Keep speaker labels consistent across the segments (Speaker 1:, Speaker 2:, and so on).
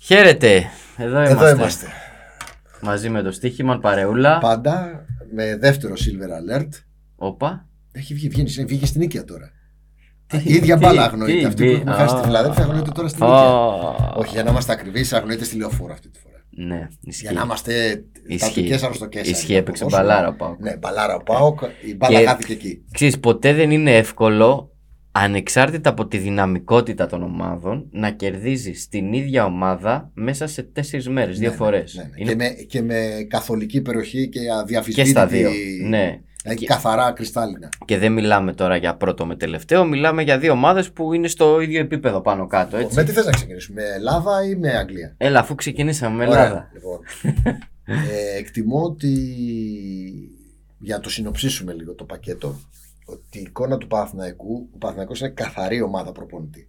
Speaker 1: Χαίρετε! Εδώ είμαστε.
Speaker 2: Εδώ είμαστε.
Speaker 1: Μαζί με το στοίχημα, παρεούλα.
Speaker 2: Πάντα με δεύτερο silver alert.
Speaker 1: Όπα.
Speaker 2: Έχει βγει, βγαίνει, είναι- βγήκε στην νίκαια τώρα. Η ίδια μπάλα αγνοείται. Αυτή που έχουμε χάσει στη Φιλαδέλφια αγνοείται τώρα στην νίκαια. Όχι, για να είμαστε ακριβείς, αγνοείται στη λεωφόρα αυτή τη φορά.
Speaker 1: Ναι,
Speaker 2: Για
Speaker 1: ισχύει.
Speaker 2: να είμαστε
Speaker 1: Ισχύει.
Speaker 2: τακτικέ αρρωστοκέ.
Speaker 1: Ισχύει, έπαιξε μπαλάρα ο Πάοκ.
Speaker 2: Ναι, μπαλάρα ο Πάοκ. Η μπάλα
Speaker 1: Και-
Speaker 2: χάθηκε εκεί.
Speaker 1: Ξέρεις, ποτέ δεν είναι εύκολο ανεξάρτητα από τη δυναμικότητα των ομάδων να κερδίζεις την ίδια ομάδα μέσα σε τέσσερις μέρες, δύο
Speaker 2: Ναι,
Speaker 1: φορές.
Speaker 2: ναι, ναι, ναι.
Speaker 1: Είναι
Speaker 2: Και, με, και με καθολική περιοχή και
Speaker 1: και στα δύο.
Speaker 2: αδιαφυσβήτητη.
Speaker 1: Ναι.
Speaker 2: δηλαδή
Speaker 1: Και-
Speaker 2: Καθαρά κρυστάλλινα.
Speaker 1: Και δεν μιλάμε τώρα για πρώτο με τελευταίο, μιλάμε για δύο ομάδες που είναι στο ίδιο επίπεδο πάνω κάτω, έτσι.
Speaker 2: Με τι θες να ξεκινήσουμε, με Ελλάδα ή με Αγγλία.
Speaker 1: Έλα, αφού ξεκινήσαμε με
Speaker 2: Ωραία,
Speaker 1: Ελλάδα.
Speaker 2: λοιπόν. Ε, εκτιμώ ότι για να το συνοψίσουμε λίγο το πακέτο ότι η εικόνα του Παναθηναϊκού ο Παναθηναϊκός είναι καθαρή ομάδα προπονητή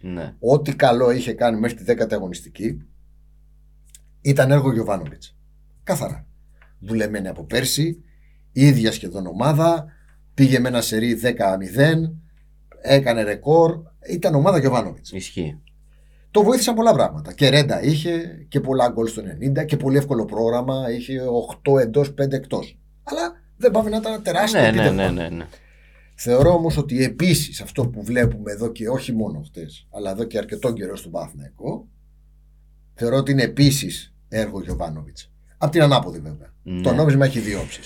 Speaker 1: Ναι.
Speaker 2: ό,τι καλό είχε κάνει μέχρι τη 10η αγωνιστική ήταν έργο Γιωβάνοβιτς καθαρά δουλεμένη από πέρσι η ίδια σχεδόν ομάδα πήγε με ένα σερί 10-0 έκανε ρεκόρ ήταν ομάδα Γιωβάνοβιτς
Speaker 1: Ισχύει.
Speaker 2: το βοήθησαν πολλά πράγματα. Και ρέντα είχε και πολλά γκολ στο 90 και πολύ εύκολο πρόγραμμα. Είχε 8 εντό, 5 εκτός. Αλλά δεν πάμε να ήταν τεράστιο
Speaker 1: Ναι, ναι,
Speaker 2: επίτευγμα.
Speaker 1: ναι, ναι, ναι.
Speaker 2: Θεωρώ όμως ότι επίσης αυτό που βλέπουμε εδώ και όχι μόνο χτες, αλλά εδώ και αρκετό καιρό στον Παθηναϊκό, θεωρώ ότι είναι επίσης έργο Γιωβάνοβιτ. Απ' την ανάποδη βέβαια.
Speaker 1: Ναι.
Speaker 2: Το νόμισμα έχει δύο όψεις.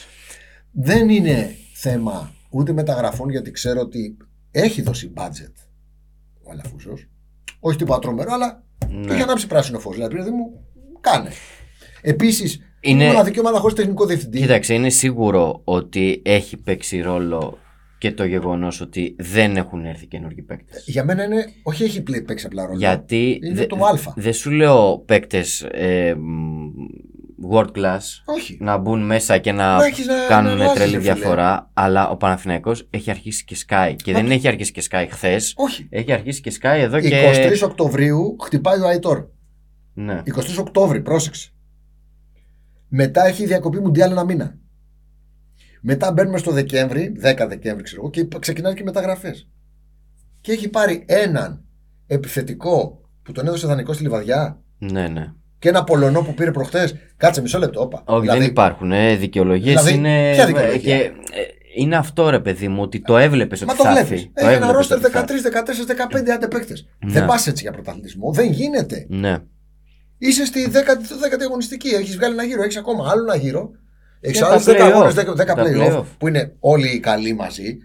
Speaker 2: Δεν είναι θέμα ούτε μεταγραφών γιατί ξέρω ότι έχει δώσει budget ο Αλαφούζος. Όχι τίποτα τρομερό, αλλά του είχε
Speaker 1: ναι.
Speaker 2: ανάψει πράσινο φως. Δηλαδή, παιδί μου, κάνε. Επίσης,
Speaker 1: Είναι-
Speaker 2: είναι η μοναδική ομάδα χωρίς τεχνικό διευθυντή.
Speaker 1: Κοίταξε, είναι σίγουρο ότι έχει παίξει ρόλο και το γεγονός ότι δεν έχουν έρθει καινούργιοι παίκτες.
Speaker 2: Για μένα είναι. Όχι, έχει πλέ- παίξει απλά ρόλο.
Speaker 1: Γιατί
Speaker 2: Ε, Είναι
Speaker 1: δε-
Speaker 2: το Α.
Speaker 1: δεν σου λέω παίκτες ε, μ, world class
Speaker 2: Όχι.
Speaker 1: να μπουν μέσα και να
Speaker 2: Να έχεις να-
Speaker 1: κάνουν
Speaker 2: να αλλάζεις,
Speaker 1: τρελή
Speaker 2: ε, ναι, ρε φίλε.
Speaker 1: διαφορά, αλλά ο Παναθηναϊκός έχει αρχίσει και σκάει και δεν έχει αρχίσει και σκάει χθες.
Speaker 2: Όχι.
Speaker 1: Έχει αρχίσει και σκάει εδώ και...
Speaker 2: 23 Οκτωβρίου χτυπάει ο Αϊτόρ.
Speaker 1: Ναι.
Speaker 2: 23 Οκτώβρη, πρόσεξε. Μετά έχει διακοπή Μουντιάλ ένα μήνα. Μετά μπαίνουμε στο Δεκέμβρη, 10 Δεκέμβρη ξέρω εγώ, και υπα- ξεκινάνε και μεταγραφές. Και έχει πάρει έναν επιθετικό που τον έδωσε δανεικό στη Λιβαδιά
Speaker 1: ναι, ναι.
Speaker 2: και ένα Πολωνό που πήρε προχτές. Κάτσε μισό λεπτό. Όπα.
Speaker 1: Όχι,
Speaker 2: Δηλαδή,
Speaker 1: δεν υπάρχουν. Ε, δικαιολογίες
Speaker 2: Δηλαδή,
Speaker 1: είναι.
Speaker 2: ποια δικαιολογία?
Speaker 1: ε, ε, είναι αυτό ρε παιδί μου, ότι το έβλεπες ότι
Speaker 2: Μα το
Speaker 1: θα
Speaker 2: βλέπεις.
Speaker 1: έρθει.
Speaker 2: Έχει ένα
Speaker 1: έβλεπες
Speaker 2: ρόστερ
Speaker 1: ότι θα
Speaker 2: 13, 14,
Speaker 1: έρθει.
Speaker 2: 15 αντεπέκτε.
Speaker 1: Ναι.
Speaker 2: Δεν πας έτσι για πρωταθλητισμό. Δεν γίνεται.
Speaker 1: Ναι.
Speaker 2: Είσαι στη 10η, 10η αγωνιστική. Έχεις βγάλει ένα γύρο, έχεις ακόμα άλλο ένα γύρο. Έχει
Speaker 1: Και
Speaker 2: άλλου 10
Speaker 1: τα play-off.
Speaker 2: αγώνε, 10, 10
Speaker 1: Τα
Speaker 2: play-off
Speaker 1: play-off.
Speaker 2: που είναι όλοι οι καλοί μαζί.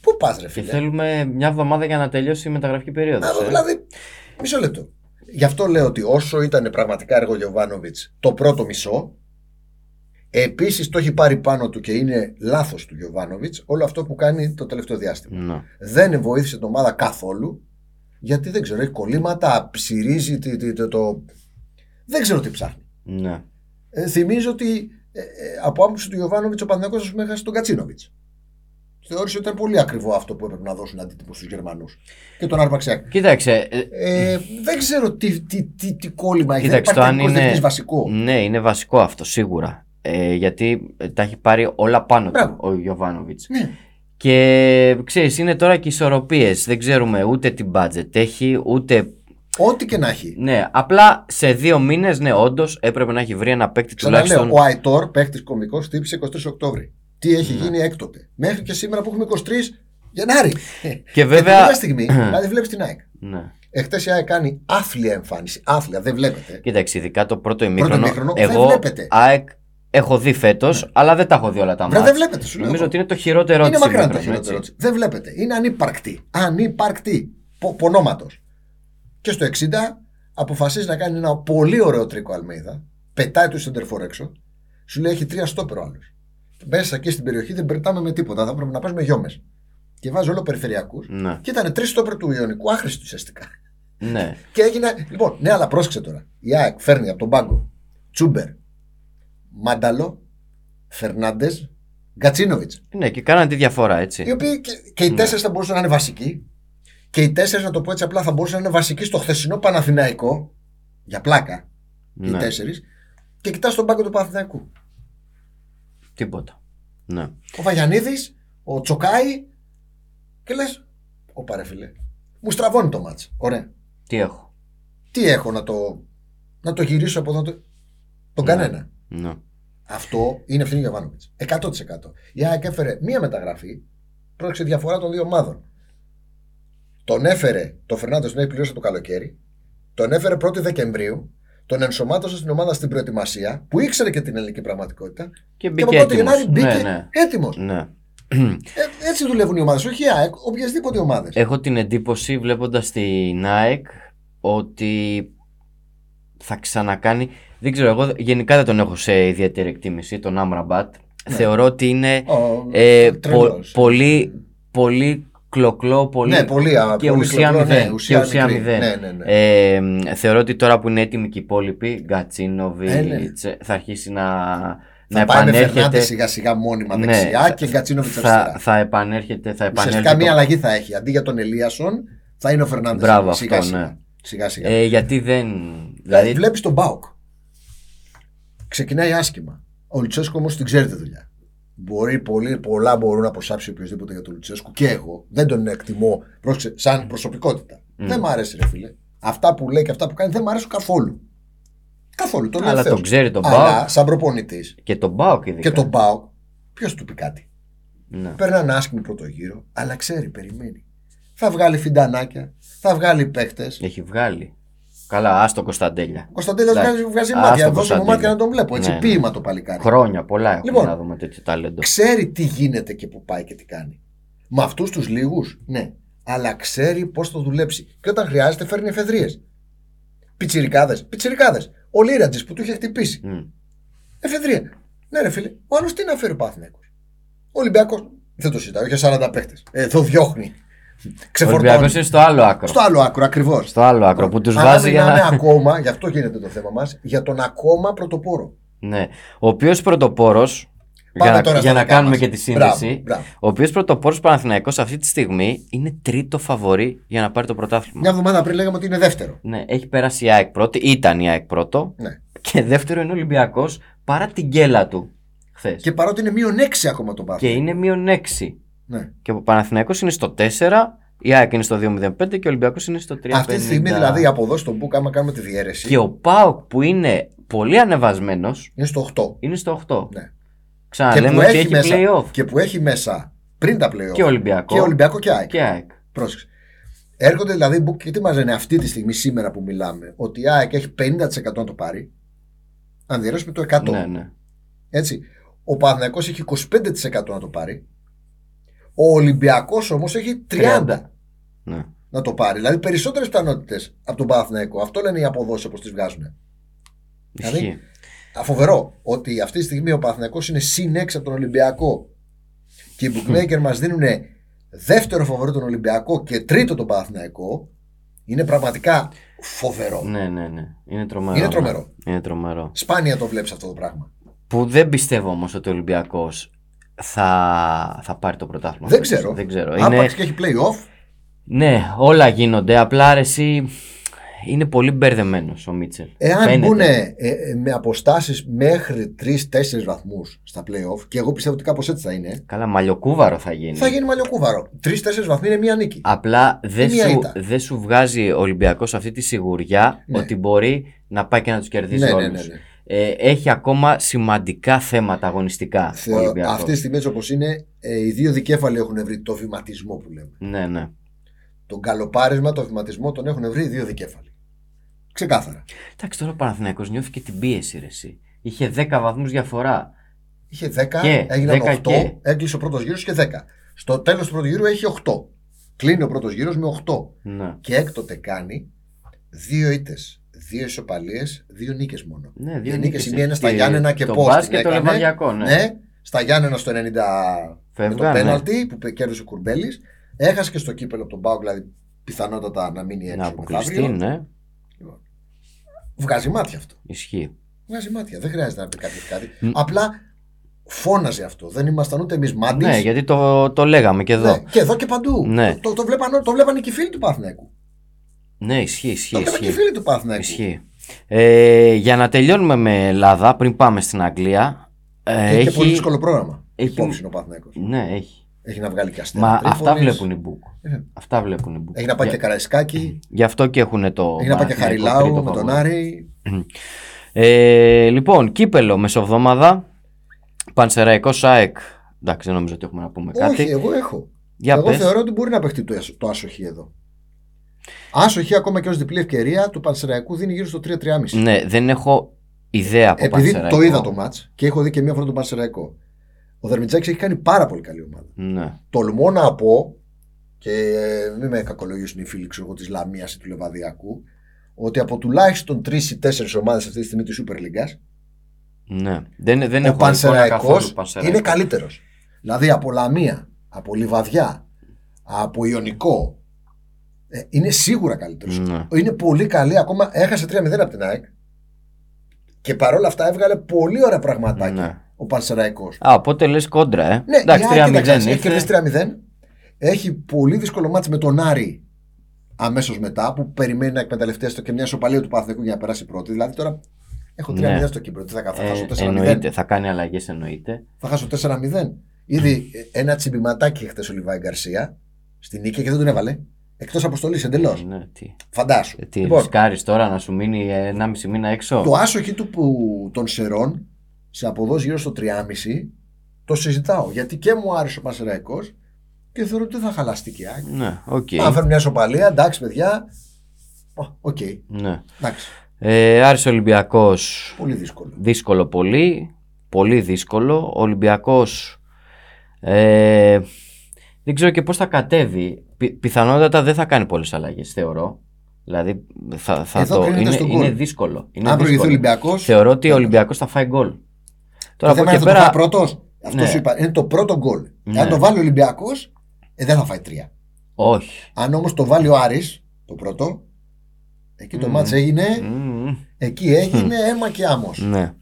Speaker 2: Πού πας, ρε
Speaker 1: Και
Speaker 2: φίλε.
Speaker 1: θέλουμε μια εβδομάδα για να τελειώσει η μεταγραφική ε. περίοδος.
Speaker 2: Να δω, δηλαδή, μισό λεπτό. Γι' αυτό λέω ότι όσο ήταν πραγματικά έργο Γιωβάνοβιτ το πρώτο μισό, επίσης το έχει πάρει πάνω του και είναι λάθος του Γιωβάνοβιτ όλο αυτό που κάνει το τελευταίο διάστημα.
Speaker 1: Ναι.
Speaker 2: Δεν βοήθησε την ομάδα καθόλου γιατί δεν ξέρω, έχει κολλήματα, ψυρίζει τη- τη- το- το. Δεν ξέρω τι ψάχνει.
Speaker 1: ναι.
Speaker 2: Ε, θυμίζω ότι ε, ε, από άποψη του Ιωβάνοβιτ ο Παναθηναϊκός ας πούμε έχασε τον Κατσίνοβιτ. Θεώρησε ότι ήταν πολύ ακριβό αυτό που έπρεπε να δώσουν αντίτυπο στους Γερμανούς και τον άρπαξε.
Speaker 1: Κοίταξε. ε,
Speaker 2: Ε, δεν ξέρω τι, τι, τι, τι κόλλημα έχει. Δεν
Speaker 1: Κοίταξε,
Speaker 2: υπάρχει
Speaker 1: το αν
Speaker 2: τεχνικός
Speaker 1: είναι-
Speaker 2: διευθυντής βασικό.
Speaker 1: ναι, είναι βασικό αυτό σίγουρα. Ε, γιατί ε, τα έχει πάρει όλα πάνω του
Speaker 2: Μπράβο.
Speaker 1: ο Γιωβάνοβιτ.
Speaker 2: Ναι.
Speaker 1: Και ξέρεις, είναι τώρα και ισορροπίες. Δεν ξέρουμε ούτε τι budget έχει, ούτε
Speaker 2: Ό,τι και να έχει.
Speaker 1: Ναι, απλά σε δύο μήνες, ναι, όντως έπρεπε να έχει βρει ένα παίκτη
Speaker 2: Ξαναλέω,
Speaker 1: τουλάχιστον.
Speaker 2: ο Αϊτόρ, παίχτης κομικό, χτύπησε 23 Οκτώβρη. Τι έχει
Speaker 1: Ναι.
Speaker 2: γίνει έκτοτε. Μέχρι και σήμερα που έχουμε 23 Γενάρη.
Speaker 1: Και
Speaker 2: Ε, Και την
Speaker 1: Ε, βέβαια.
Speaker 2: ίδια στιγμή, δηλαδή βλέπεις την ΑΕΚ.
Speaker 1: Ναι.
Speaker 2: Εχθές η ΑΕΚ κάνει άθλια εμφάνιση. Άθλια, δεν βλέπετε.
Speaker 1: Κοίταξε, ειδικά το πρώτο ημίχρονο.
Speaker 2: ημίχρονο, δεν
Speaker 1: εγώ,
Speaker 2: βλέπετε.
Speaker 1: ΑΕΚ, έχω δει φέτος, αλλά δεν τα έχω δει όλα τα
Speaker 2: Βρε, δεν
Speaker 1: μάτια.
Speaker 2: βλέπετε, σου λέω.
Speaker 1: Νομίζω ότι είναι το χειρότερο
Speaker 2: Είναι
Speaker 1: της
Speaker 2: μακράν το
Speaker 1: ημίχρονου,
Speaker 2: χειρότερο.
Speaker 1: έτσι.
Speaker 2: έτσι. Δεν βλέπετε. Είναι ανύπαρκτη. Ανύπαρκτη. Πο, Πονόματος. Και στο 60 αποφασίζει να κάνει ένα πολύ ωραίο τρίκο Αλμίδα. Πετάει του σεντερφόρ έξω. Σου λέει έχει τρία στόπερ ο άλλο. Μέσα εκεί στην περιοχή δεν περτάμε με τίποτα. Θα πρέπει να παίζουμε γιόμες. Και βάζει όλο περιφερειακούς.
Speaker 1: Ναι.
Speaker 2: Και ήταν τρεις στόπερ του Ιωνικού, άχρηστοι ουσιαστικά.
Speaker 1: ναι.
Speaker 2: Και έγινε. Λοιπόν, ναι, αλλά πρόσεξε τώρα. Η ΑΕΚ φέρνει από τον πάγκο Τσούμπερ, Μάνταλο, Φερνάντες, Γκατσίνοβιτ.
Speaker 1: ναι, και κάνανε τη διαφορά, έτσι.
Speaker 2: Οι οποίοι και, και οι
Speaker 1: Ναι.
Speaker 2: τέσσερις θα μπορούσαν να είναι βασικοί. Και οι τέσσερις, να το πω έτσι απλά, θα μπορούσαν να είναι βασικοί στο χθεσινό Παναθηναϊκό. Για πλάκα. Οι
Speaker 1: Ναι,
Speaker 2: τέσσερις. Και κοιτάς τον πάγκο του Παναθηναϊκού.
Speaker 1: τίποτα. Ναι.
Speaker 2: Ο Βαγιανίδης, ο Τσοκάη. Και λες, ο παρεφιλέ. Μου στραβώνει το μάτσο. Ωραία.
Speaker 1: Τι έχω.
Speaker 2: Τι έχω να το. να το γυρίσω από εδώ. να Το... Τον
Speaker 1: Ναι.
Speaker 2: κανένα.
Speaker 1: Ναι.
Speaker 2: Αυτό είναι ευθύνη για Βάνοβιτ. 100%. Η ΑΕΚ έφερε μία μεταγραφή, πρόκειται διαφορά των δύο ομάδων. Τον έφερε το Φερνάνδε που έχει πληρώσει το καλοκαίρι, τον έφερε 1η Δεκεμβρίου, τον ενσωμάτωσε στην ομάδα στην προετοιμασία, που ήξερε και την ελληνική πραγματικότητα.
Speaker 1: Και
Speaker 2: Και
Speaker 1: μπήκε
Speaker 2: από 1η
Speaker 1: έτοιμος.
Speaker 2: Γενάρη μπήκε
Speaker 1: Ναι, ναι.
Speaker 2: έτοιμος.
Speaker 1: ναι.
Speaker 2: έτσι δουλεύουν οι ομάδες, όχι η ΑΕΚ, οποιασδήποτε ομάδες.
Speaker 1: Έχω την εντύπωση βλέποντας την ΑΕΚ ότι θα ξανακάνει. Δεν ξέρω, εγώ γενικά δεν τον έχω σε ιδιαίτερη εκτίμηση, τον Άμραμπατ.
Speaker 2: Ναι.
Speaker 1: Θεωρώ ότι είναι
Speaker 2: Ο-
Speaker 1: ε, πο,
Speaker 2: Ναι, τρελός.
Speaker 1: πολύ, πολύ κλοκλό, πολύ.
Speaker 2: Ναι, πολύ. α,
Speaker 1: και
Speaker 2: πολύ
Speaker 1: ουσία
Speaker 2: κλαπρό, ναι,
Speaker 1: μηδέν, και ουσία
Speaker 2: μικρή.
Speaker 1: μηδέν.
Speaker 2: Ναι, ναι, ναι.
Speaker 1: Ε, μ, θεωρώ ότι τώρα που είναι έτοιμοι και οι υπόλοιποι, Γκατσίνοβιτ,
Speaker 2: Ε, ναι.
Speaker 1: θα αρχίσει να, να
Speaker 2: θα πάει με Φερνάντε
Speaker 1: Ε, επανέρχεται.
Speaker 2: σιγά σιγά μόνιμα
Speaker 1: Ναι,
Speaker 2: δεξιά
Speaker 1: θα-
Speaker 2: και Γκατσίνοβιτ
Speaker 1: Θα,
Speaker 2: αριστερά.
Speaker 1: θα επανέρχεται, θα επανέλθει.
Speaker 2: Ουσιαστικά
Speaker 1: το-
Speaker 2: μία αλλαγή θα έχει. Αντί για τον Ελίασον, θα είναι ο Φερνάντες.
Speaker 1: Μπράβο,
Speaker 2: σιγά,
Speaker 1: αυτό,
Speaker 2: σιγά.
Speaker 1: ναι.
Speaker 2: σιγά, σιγά.
Speaker 1: Ε, γιατί δεν.
Speaker 2: δηλαδή,
Speaker 1: Δηλαδή,
Speaker 2: βλέπεις τον Μπάουκ. Ξεκινάει άσχημα. Ο Λουτσέσκου όμως την ξέρει τη δουλειά. Μπορεί, πολύ, πολλά μπορούν να προσάψει οποιοδήποτε για τον Λουτσέσκου και εγώ. Δεν τον εκτιμώ πρόσεξε, σαν προσωπικότητα. Δεν μ' αρέσει, ρε φίλε. Αυτά που λέει και αυτά που κάνει δεν μ' αρέσουν καθόλου. Καθόλου. Το λέω
Speaker 1: αλλά
Speaker 2: ευθέως.
Speaker 1: τον ξέρει τον
Speaker 2: Αλλά
Speaker 1: Μπάουκ
Speaker 2: σαν προπονητής
Speaker 1: και τον Μπάουκ ειδικά.
Speaker 2: και τον Μπάουκ, ποιος του πει κάτι.
Speaker 1: Ναι.
Speaker 2: Παίρνει ένα άσχημο πρώτο γύρο, αλλά ξέρει, περιμένει. Θα βγάλει φιντανάκια, θα βγάλει παίχτε.
Speaker 1: Έχει βγάλει. Καλά, άστο Κωνσταντέλια.
Speaker 2: Ο Κωνσταντέλια
Speaker 1: Εντάξει.
Speaker 2: βγάζει, βγάζει
Speaker 1: Άστο
Speaker 2: μάτια. Δώσε μου
Speaker 1: Κωνσταντέλια.
Speaker 2: μάτια να τον βλέπω. Έτσι,
Speaker 1: Ναι, ναι.
Speaker 2: ποίημα το παλικάρι.
Speaker 1: Χρόνια πολλά έχουμε
Speaker 2: Λοιπόν.
Speaker 1: να δούμε τέτοιο ταλέντο.
Speaker 2: Ξέρει τι γίνεται και που πάει και τι κάνει. Με αυτούς τους λίγους, ναι. Αλλά ξέρει πώς θα δουλέψει. Και όταν χρειάζεται, φέρνει εφεδρείες. Πιτσιρικάδες, πιτσιρικάδες. Ο Λίρατζη που του είχε χτυπήσει.
Speaker 1: Μμ.
Speaker 2: Εφεδρεία. Ναι, ρε φίλε, ο άλλος τι να φέρει ο Παθηνακό. Ο Ολυμπιακός δεν το συζητάω, είχε 40 παίχτε. Εδώ διώχνει.
Speaker 1: Ο Ολυμπιακό
Speaker 2: Ξεφορτώνει.
Speaker 1: είναι στο άλλο άκρο.
Speaker 2: Στο άλλο άκρο, ακριβώς.
Speaker 1: Στο άλλο άκρο που τους
Speaker 2: Αν
Speaker 1: βάζει για
Speaker 2: μιλάμε
Speaker 1: να.
Speaker 2: ακόμα, γι' αυτό γίνεται το θέμα μας, για τον ακόμα πρωτοπόρο.
Speaker 1: Ναι. Ο οποίος πρωτοπόρος. Για
Speaker 2: Πάμε
Speaker 1: να,
Speaker 2: τώρα
Speaker 1: για
Speaker 2: στα
Speaker 1: να
Speaker 2: δικά
Speaker 1: κάνουμε
Speaker 2: μας.
Speaker 1: και τη σύνδεση.
Speaker 2: Μπράβο, μπράβο.
Speaker 1: Ο οποίος πρωτοπόρος Παναθηναϊκός αυτή τη στιγμή είναι τρίτο φαβορή για να πάρει το πρωτάθλημα.
Speaker 2: Μια εβδομάδα πριν λέγαμε ότι είναι δεύτερο.
Speaker 1: Ναι, έχει περάσει η ΑΕΚ πρώτη, ήταν η ΑΕΚ πρώτο.
Speaker 2: Ναι.
Speaker 1: Και δεύτερο είναι ο Ολυμπιακός παρά την γκέλα του χθες. Και...
Speaker 2: Και παρότι είναι μείον 6 ακόμα το πάθος.
Speaker 1: είναι μείον 6.
Speaker 2: Ναι.
Speaker 1: Και ο Παναθηναϊκός είναι στο 4, η ΑΕΚ είναι στο 2-0-5 και ο Ολυμπιακός είναι στο 3
Speaker 2: Αυτή τη στιγμή δηλαδή από εδώ στο Μπουκ, άμα κάνουμε τη διαίρεση,
Speaker 1: Και ο Πάοκ που είναι πολύ ανεβασμένος
Speaker 2: είναι στο 8.
Speaker 1: είναι στο 8.
Speaker 2: Ναι.
Speaker 1: Ξαναλέμε
Speaker 2: που
Speaker 1: ότι
Speaker 2: έχει
Speaker 1: έχει
Speaker 2: μέσα-
Speaker 1: playoff
Speaker 2: Και που έχει μέσα πριν τα playoff
Speaker 1: και Ολυμπιακό
Speaker 2: και Ολυμπιακό και ΑΕΚ.
Speaker 1: και ΑΕΚ.
Speaker 2: Πρόσεξε. Έρχονται δηλαδή που και τι μας λένε αυτή τη στιγμή σήμερα που μιλάμε ότι η ΑΕΚ έχει 50% να το πάρει αν διαιρέσουμε το 100
Speaker 1: Ναι, ναι.
Speaker 2: έτσι. Ο Παναθηναϊκός έχει 25% να το πάρει ο Ολυμπιακός όμως έχει 30,
Speaker 1: 30. ναι.
Speaker 2: να το πάρει δηλαδή περισσότερες πιθανότητες από τον Παναθηναϊκό αυτό λένε οι αποδόσεις όπως τις βγάζουν Δηλαδή,
Speaker 1: Ισχύει.
Speaker 2: Α, Φοβερό ότι αυτή τη στιγμή ο Παναθηναϊκός είναι συν 6 από τον Ολυμπιακό και οι bookmaker μας δίνουν δεύτερο φοβερό τον Ολυμπιακό και τρίτο τον Παναθηναϊκό είναι πραγματικά φοβερό.
Speaker 1: Ναι, ναι, ναι. Είναι τρομερό.
Speaker 2: Είναι
Speaker 1: ναι.
Speaker 2: τρομερό.
Speaker 1: Είναι τρομερό.
Speaker 2: Σπάνια το βλέπεις αυτό το πράγμα.
Speaker 1: Που δεν πιστεύω όμως ότι ο Ολυμπιακός θα, θα πάρει το πρωτάθλημα.
Speaker 2: Δεν
Speaker 1: φέτος.
Speaker 2: ξέρω.
Speaker 1: Δεν ξέρω. Είναι,
Speaker 2: Άπαξ και έχει play-off.
Speaker 1: ναι, όλα γίνονται. Απλά αρέσει. Είναι πολύ μπερδεμένος ο Μίτσελ.
Speaker 2: Εάν
Speaker 1: Φαίνεται.
Speaker 2: μπουν ε, ε, με αποστάσεις μέχρι 3-4 βαθμούς στα play-off και εγώ πιστεύω ότι κάπως έτσι θα είναι
Speaker 1: Καλά, μαλλιοκούβαρο θα γίνει.
Speaker 2: θα γίνει μαλλιοκούβαρο. 3-4 βαθμοί είναι μία νίκη.
Speaker 1: Απλά δεν
Speaker 2: Μία
Speaker 1: σου,
Speaker 2: ήττα.
Speaker 1: δεν σου βγάζει ο Ολυμπιακός αυτή τη σιγουριά
Speaker 2: Ναι.
Speaker 1: ότι μπορεί να πάει και να τους κερδίσει
Speaker 2: Ναι, ναι,
Speaker 1: όλους.
Speaker 2: ναι, ναι.
Speaker 1: Ε, έχει ακόμα σημαντικά θέματα αγωνιστικά ο
Speaker 2: Θεω,
Speaker 1: Ολυμπιακός.
Speaker 2: αυτή τη στιγμή έτσι όπως είναι ε, οι δύο δικέφαλοι έχουν βρει το βηματισμό που λέμε.
Speaker 1: Ναι, ναι.
Speaker 2: Τον καλοπάρισμα, τον βηματισμό τον έχουν βρει οι δύο δικέφαλοι. Ξεκάθαρα.
Speaker 1: Εντάξει, τώρα ο Παναθηναϊκός νιώθει και την πίεση, ρε, εσύ. Είχε 10 βαθμούς διαφορά.
Speaker 2: Είχε 10,
Speaker 1: Και,
Speaker 2: έγιναν
Speaker 1: 10
Speaker 2: 8,
Speaker 1: και.
Speaker 2: έκλεισε ο πρώτος γύρος και 10. Στο τέλος του πρώτου γύρου έχει 8. Κλείνει ο πρώτος γύρος με 8.
Speaker 1: Ναι.
Speaker 2: Και έκτοτε κάνει δύο ήττες, δύο ισοπαλίες, δύο νίκες μόνο.
Speaker 1: Ναι, δύο
Speaker 2: Δύο νίκες,
Speaker 1: νίκες,
Speaker 2: η μία είναι στα
Speaker 1: και
Speaker 2: Γιάννενα και
Speaker 1: το
Speaker 2: πώ.
Speaker 1: Μπάς και το Λεβαδιακό, ναι.
Speaker 2: στα Γιάννενα στο 90 με το
Speaker 1: Φεύγαν, ναι.
Speaker 2: πέναλτι που κέρδισε ο Κουρμπέλης. Έχασε και στο κύπελο από τον Πάο, δηλαδή πιθανότατα να μείνει
Speaker 1: Να
Speaker 2: έξω.
Speaker 1: αποκλειστεί,
Speaker 2: μεθαύριο.
Speaker 1: ναι.
Speaker 2: Βγάζει μάτια αυτό.
Speaker 1: Ισχύει.
Speaker 2: Βγάζει μάτια. Δεν χρειάζεται να πει κάποιος κάτι.
Speaker 1: Μ.
Speaker 2: Απλά φώναζε αυτό. Δεν ήμασταν ούτε εμείς μάτις.
Speaker 1: Ναι, γιατί το, το λέγαμε και εδώ. Ναι,
Speaker 2: και εδώ και παντού.
Speaker 1: Ναι.
Speaker 2: Το, το, το, βλέπαν, ό- το βλέπανε και οι φίλοι του Παθηναϊκού.
Speaker 1: Ναι, ισχύει,
Speaker 2: Το
Speaker 1: ισχύει.
Speaker 2: βλέπαν και οι
Speaker 1: ισχύει.
Speaker 2: φίλοι του Παθηναϊκού.
Speaker 1: ισχύει. Ε, για να τελειώνουμε με Ελλάδα, πριν πάμε στην Αγγλία. ε,
Speaker 2: Έχει και πολύ
Speaker 1: έχει...
Speaker 2: δύσκολο πρόγραμμα.
Speaker 1: έχει-
Speaker 2: Υπόψη είναι ο Παθηναϊκό.
Speaker 1: Ναι, έχει.
Speaker 2: Έχει να βγάλει και αστέρα.
Speaker 1: Μα
Speaker 2: Τρίφωνης.
Speaker 1: αυτά βλέπουν οι Μπουκ.
Speaker 2: Ναι, Ε.
Speaker 1: Αυτά βλέπουν οι Μπουκ.
Speaker 2: Έχει να πάει
Speaker 1: Γι-
Speaker 2: και Καραϊσκάκι.
Speaker 1: Γι' αυτό και έχουν το.
Speaker 2: Έχει να πάει
Speaker 1: Παναθηναϊκό
Speaker 2: και
Speaker 1: τρίτο
Speaker 2: Χαριλάου με τον
Speaker 1: φαβορί.
Speaker 2: Άρη.
Speaker 1: Ε, λοιπόν, κύπελο μεσοβδόμαδα. Πανσεραϊκό ΣΑΕΚ. Εντάξει, δεν νομίζω ότι έχουμε να πούμε κάτι.
Speaker 2: Όχι, εγώ έχω.
Speaker 1: Για
Speaker 2: εγώ
Speaker 1: πες.
Speaker 2: θεωρώ ότι μπορεί να παιχτεί το, έσο- το άσοχη εδώ. Άσοχη ακόμα και ως διπλή ευκαιρία του Πανσεραϊκού δίνει γύρω στο 3-3,5.
Speaker 1: Ναι, δεν έχω ιδέα από
Speaker 2: Επειδή
Speaker 1: Πανσεραϊκό.
Speaker 2: το είδα το μάτ και έχω δει και μία φορά τον Πανσεραϊκό. Ο Δερμιτζάκη έχει κάνει πάρα πολύ καλή ομάδα.
Speaker 1: Ναι.
Speaker 2: Τολμώ να πω και μην με κακολογήσουν οι φίλοι ξέρω, της Λαμίας ή του Λεβαδιακού ότι από τουλάχιστον τρεις ή τέσσερις ομάδες αυτή τη στιγμή της Super League
Speaker 1: ναι. Δεν, δεν έχω
Speaker 2: ο
Speaker 1: εικόνα
Speaker 2: Πανσεραϊκός
Speaker 1: καθόλου Πανσεραϊκό.
Speaker 2: είναι καλύτερος. Δηλαδή από Λαμία, από Λιβαδιά, από Ιωνικό. ε, είναι σίγουρα καλύτερος.
Speaker 1: Ναι.
Speaker 2: Είναι πολύ καλή. Ακόμα έχασε 3-0 από την ΑΕΚ. Και παρόλα αυτά έβγαλε πολύ ωραία πραγματάκια
Speaker 1: Ναι.
Speaker 2: ο Πανσεραϊκός.
Speaker 1: Α, οπότε λες κόντρα, ε.
Speaker 2: Ναι,
Speaker 1: Εντάξει,
Speaker 2: η
Speaker 1: 3-0
Speaker 2: ΑΕΚ, εντάξει, έχει
Speaker 1: ήρθε.
Speaker 2: κερδίσει 3-0. Έχει πολύ δύσκολο μάτς με τον Άρη αμέσως μετά που περιμένει να εκμεταλλευτεί έστω και μια σοπαλία του Παναθηνικού για να περάσει πρώτη. Δηλαδή τώρα έχω 3-0
Speaker 1: Ναι.
Speaker 2: στο Κύπρο. Τι θα κάνω, θα
Speaker 1: Ε,
Speaker 2: χάσω 4-0.
Speaker 1: εννοείται, θα κάνει αλλαγές εννοείται.
Speaker 2: Θα χάσω 4-0. Ήδη ένα τσιμπηματάκι χθες ο Λιβάη Γκαρσία στη νίκη και δεν τον έβαλε. Εκτός αποστολής εντελώς.
Speaker 1: Ναι, τι
Speaker 2: Φαντάσου.
Speaker 1: τι
Speaker 2: Λοιπόν,
Speaker 1: ρισκάρεις τώρα να σου μείνει 1,5 μήνα έξω.
Speaker 2: το άσοχη του που των Σερών σε αποδόση γύρω στο 3,5 το συζητάω. Γιατί και μου άρεσε ο Πανσεραϊκός και θεωρώ ότι δεν θα χαλαστεί και η ΑΕΚ.
Speaker 1: Ναι, οκ.
Speaker 2: Αν φέρουν μια σοπαλία, εντάξει παιδιά. Ω, Οκ,
Speaker 1: Ναι.
Speaker 2: εντάξει.
Speaker 1: Ε, Άρης Ολυμπιακός
Speaker 2: Πολύ δύσκολο.
Speaker 1: δύσκολο πολύ, πολύ δύσκολο. Ο Ολυμπιακός ε, δεν ξέρω και πώς θα κατέβει. Πι, πιθανότατα δεν θα κάνει πολλές αλλαγές, θεωρώ. Δηλαδή θα, θα
Speaker 2: Εδώ
Speaker 1: το,
Speaker 2: Ε, κρίνεται
Speaker 1: είναι,
Speaker 2: στον
Speaker 1: είναι
Speaker 2: γκολ.
Speaker 1: δύσκολο. Είναι
Speaker 2: Αν προηγηθεί ο Ε,
Speaker 1: δύσκολο.
Speaker 2: Ολυμπιακός.
Speaker 1: Θεωρώ ότι ο Ολυμπιακός θα φάει γκολ.
Speaker 2: Το
Speaker 1: Τώρα από εκεί
Speaker 2: θέμα
Speaker 1: και
Speaker 2: είναι να Ε, το
Speaker 1: πέρα...
Speaker 2: φάει πρώτος. Αυτός
Speaker 1: Ναι.
Speaker 2: σου είπα. Είναι το πρώτο γκολ.
Speaker 1: Ναι.
Speaker 2: Αν το βάλει ο Ολυμπιακός, δεν θα φάει τρία.
Speaker 1: Όχι.
Speaker 2: Αν όμως το βάλει ο Άρης, το πρώτο, εκεί το
Speaker 1: Μμμ.
Speaker 2: μάτς έγινε,
Speaker 1: Μμμ,
Speaker 2: εκεί έγινε αίμα και άμμος.
Speaker 1: ναι.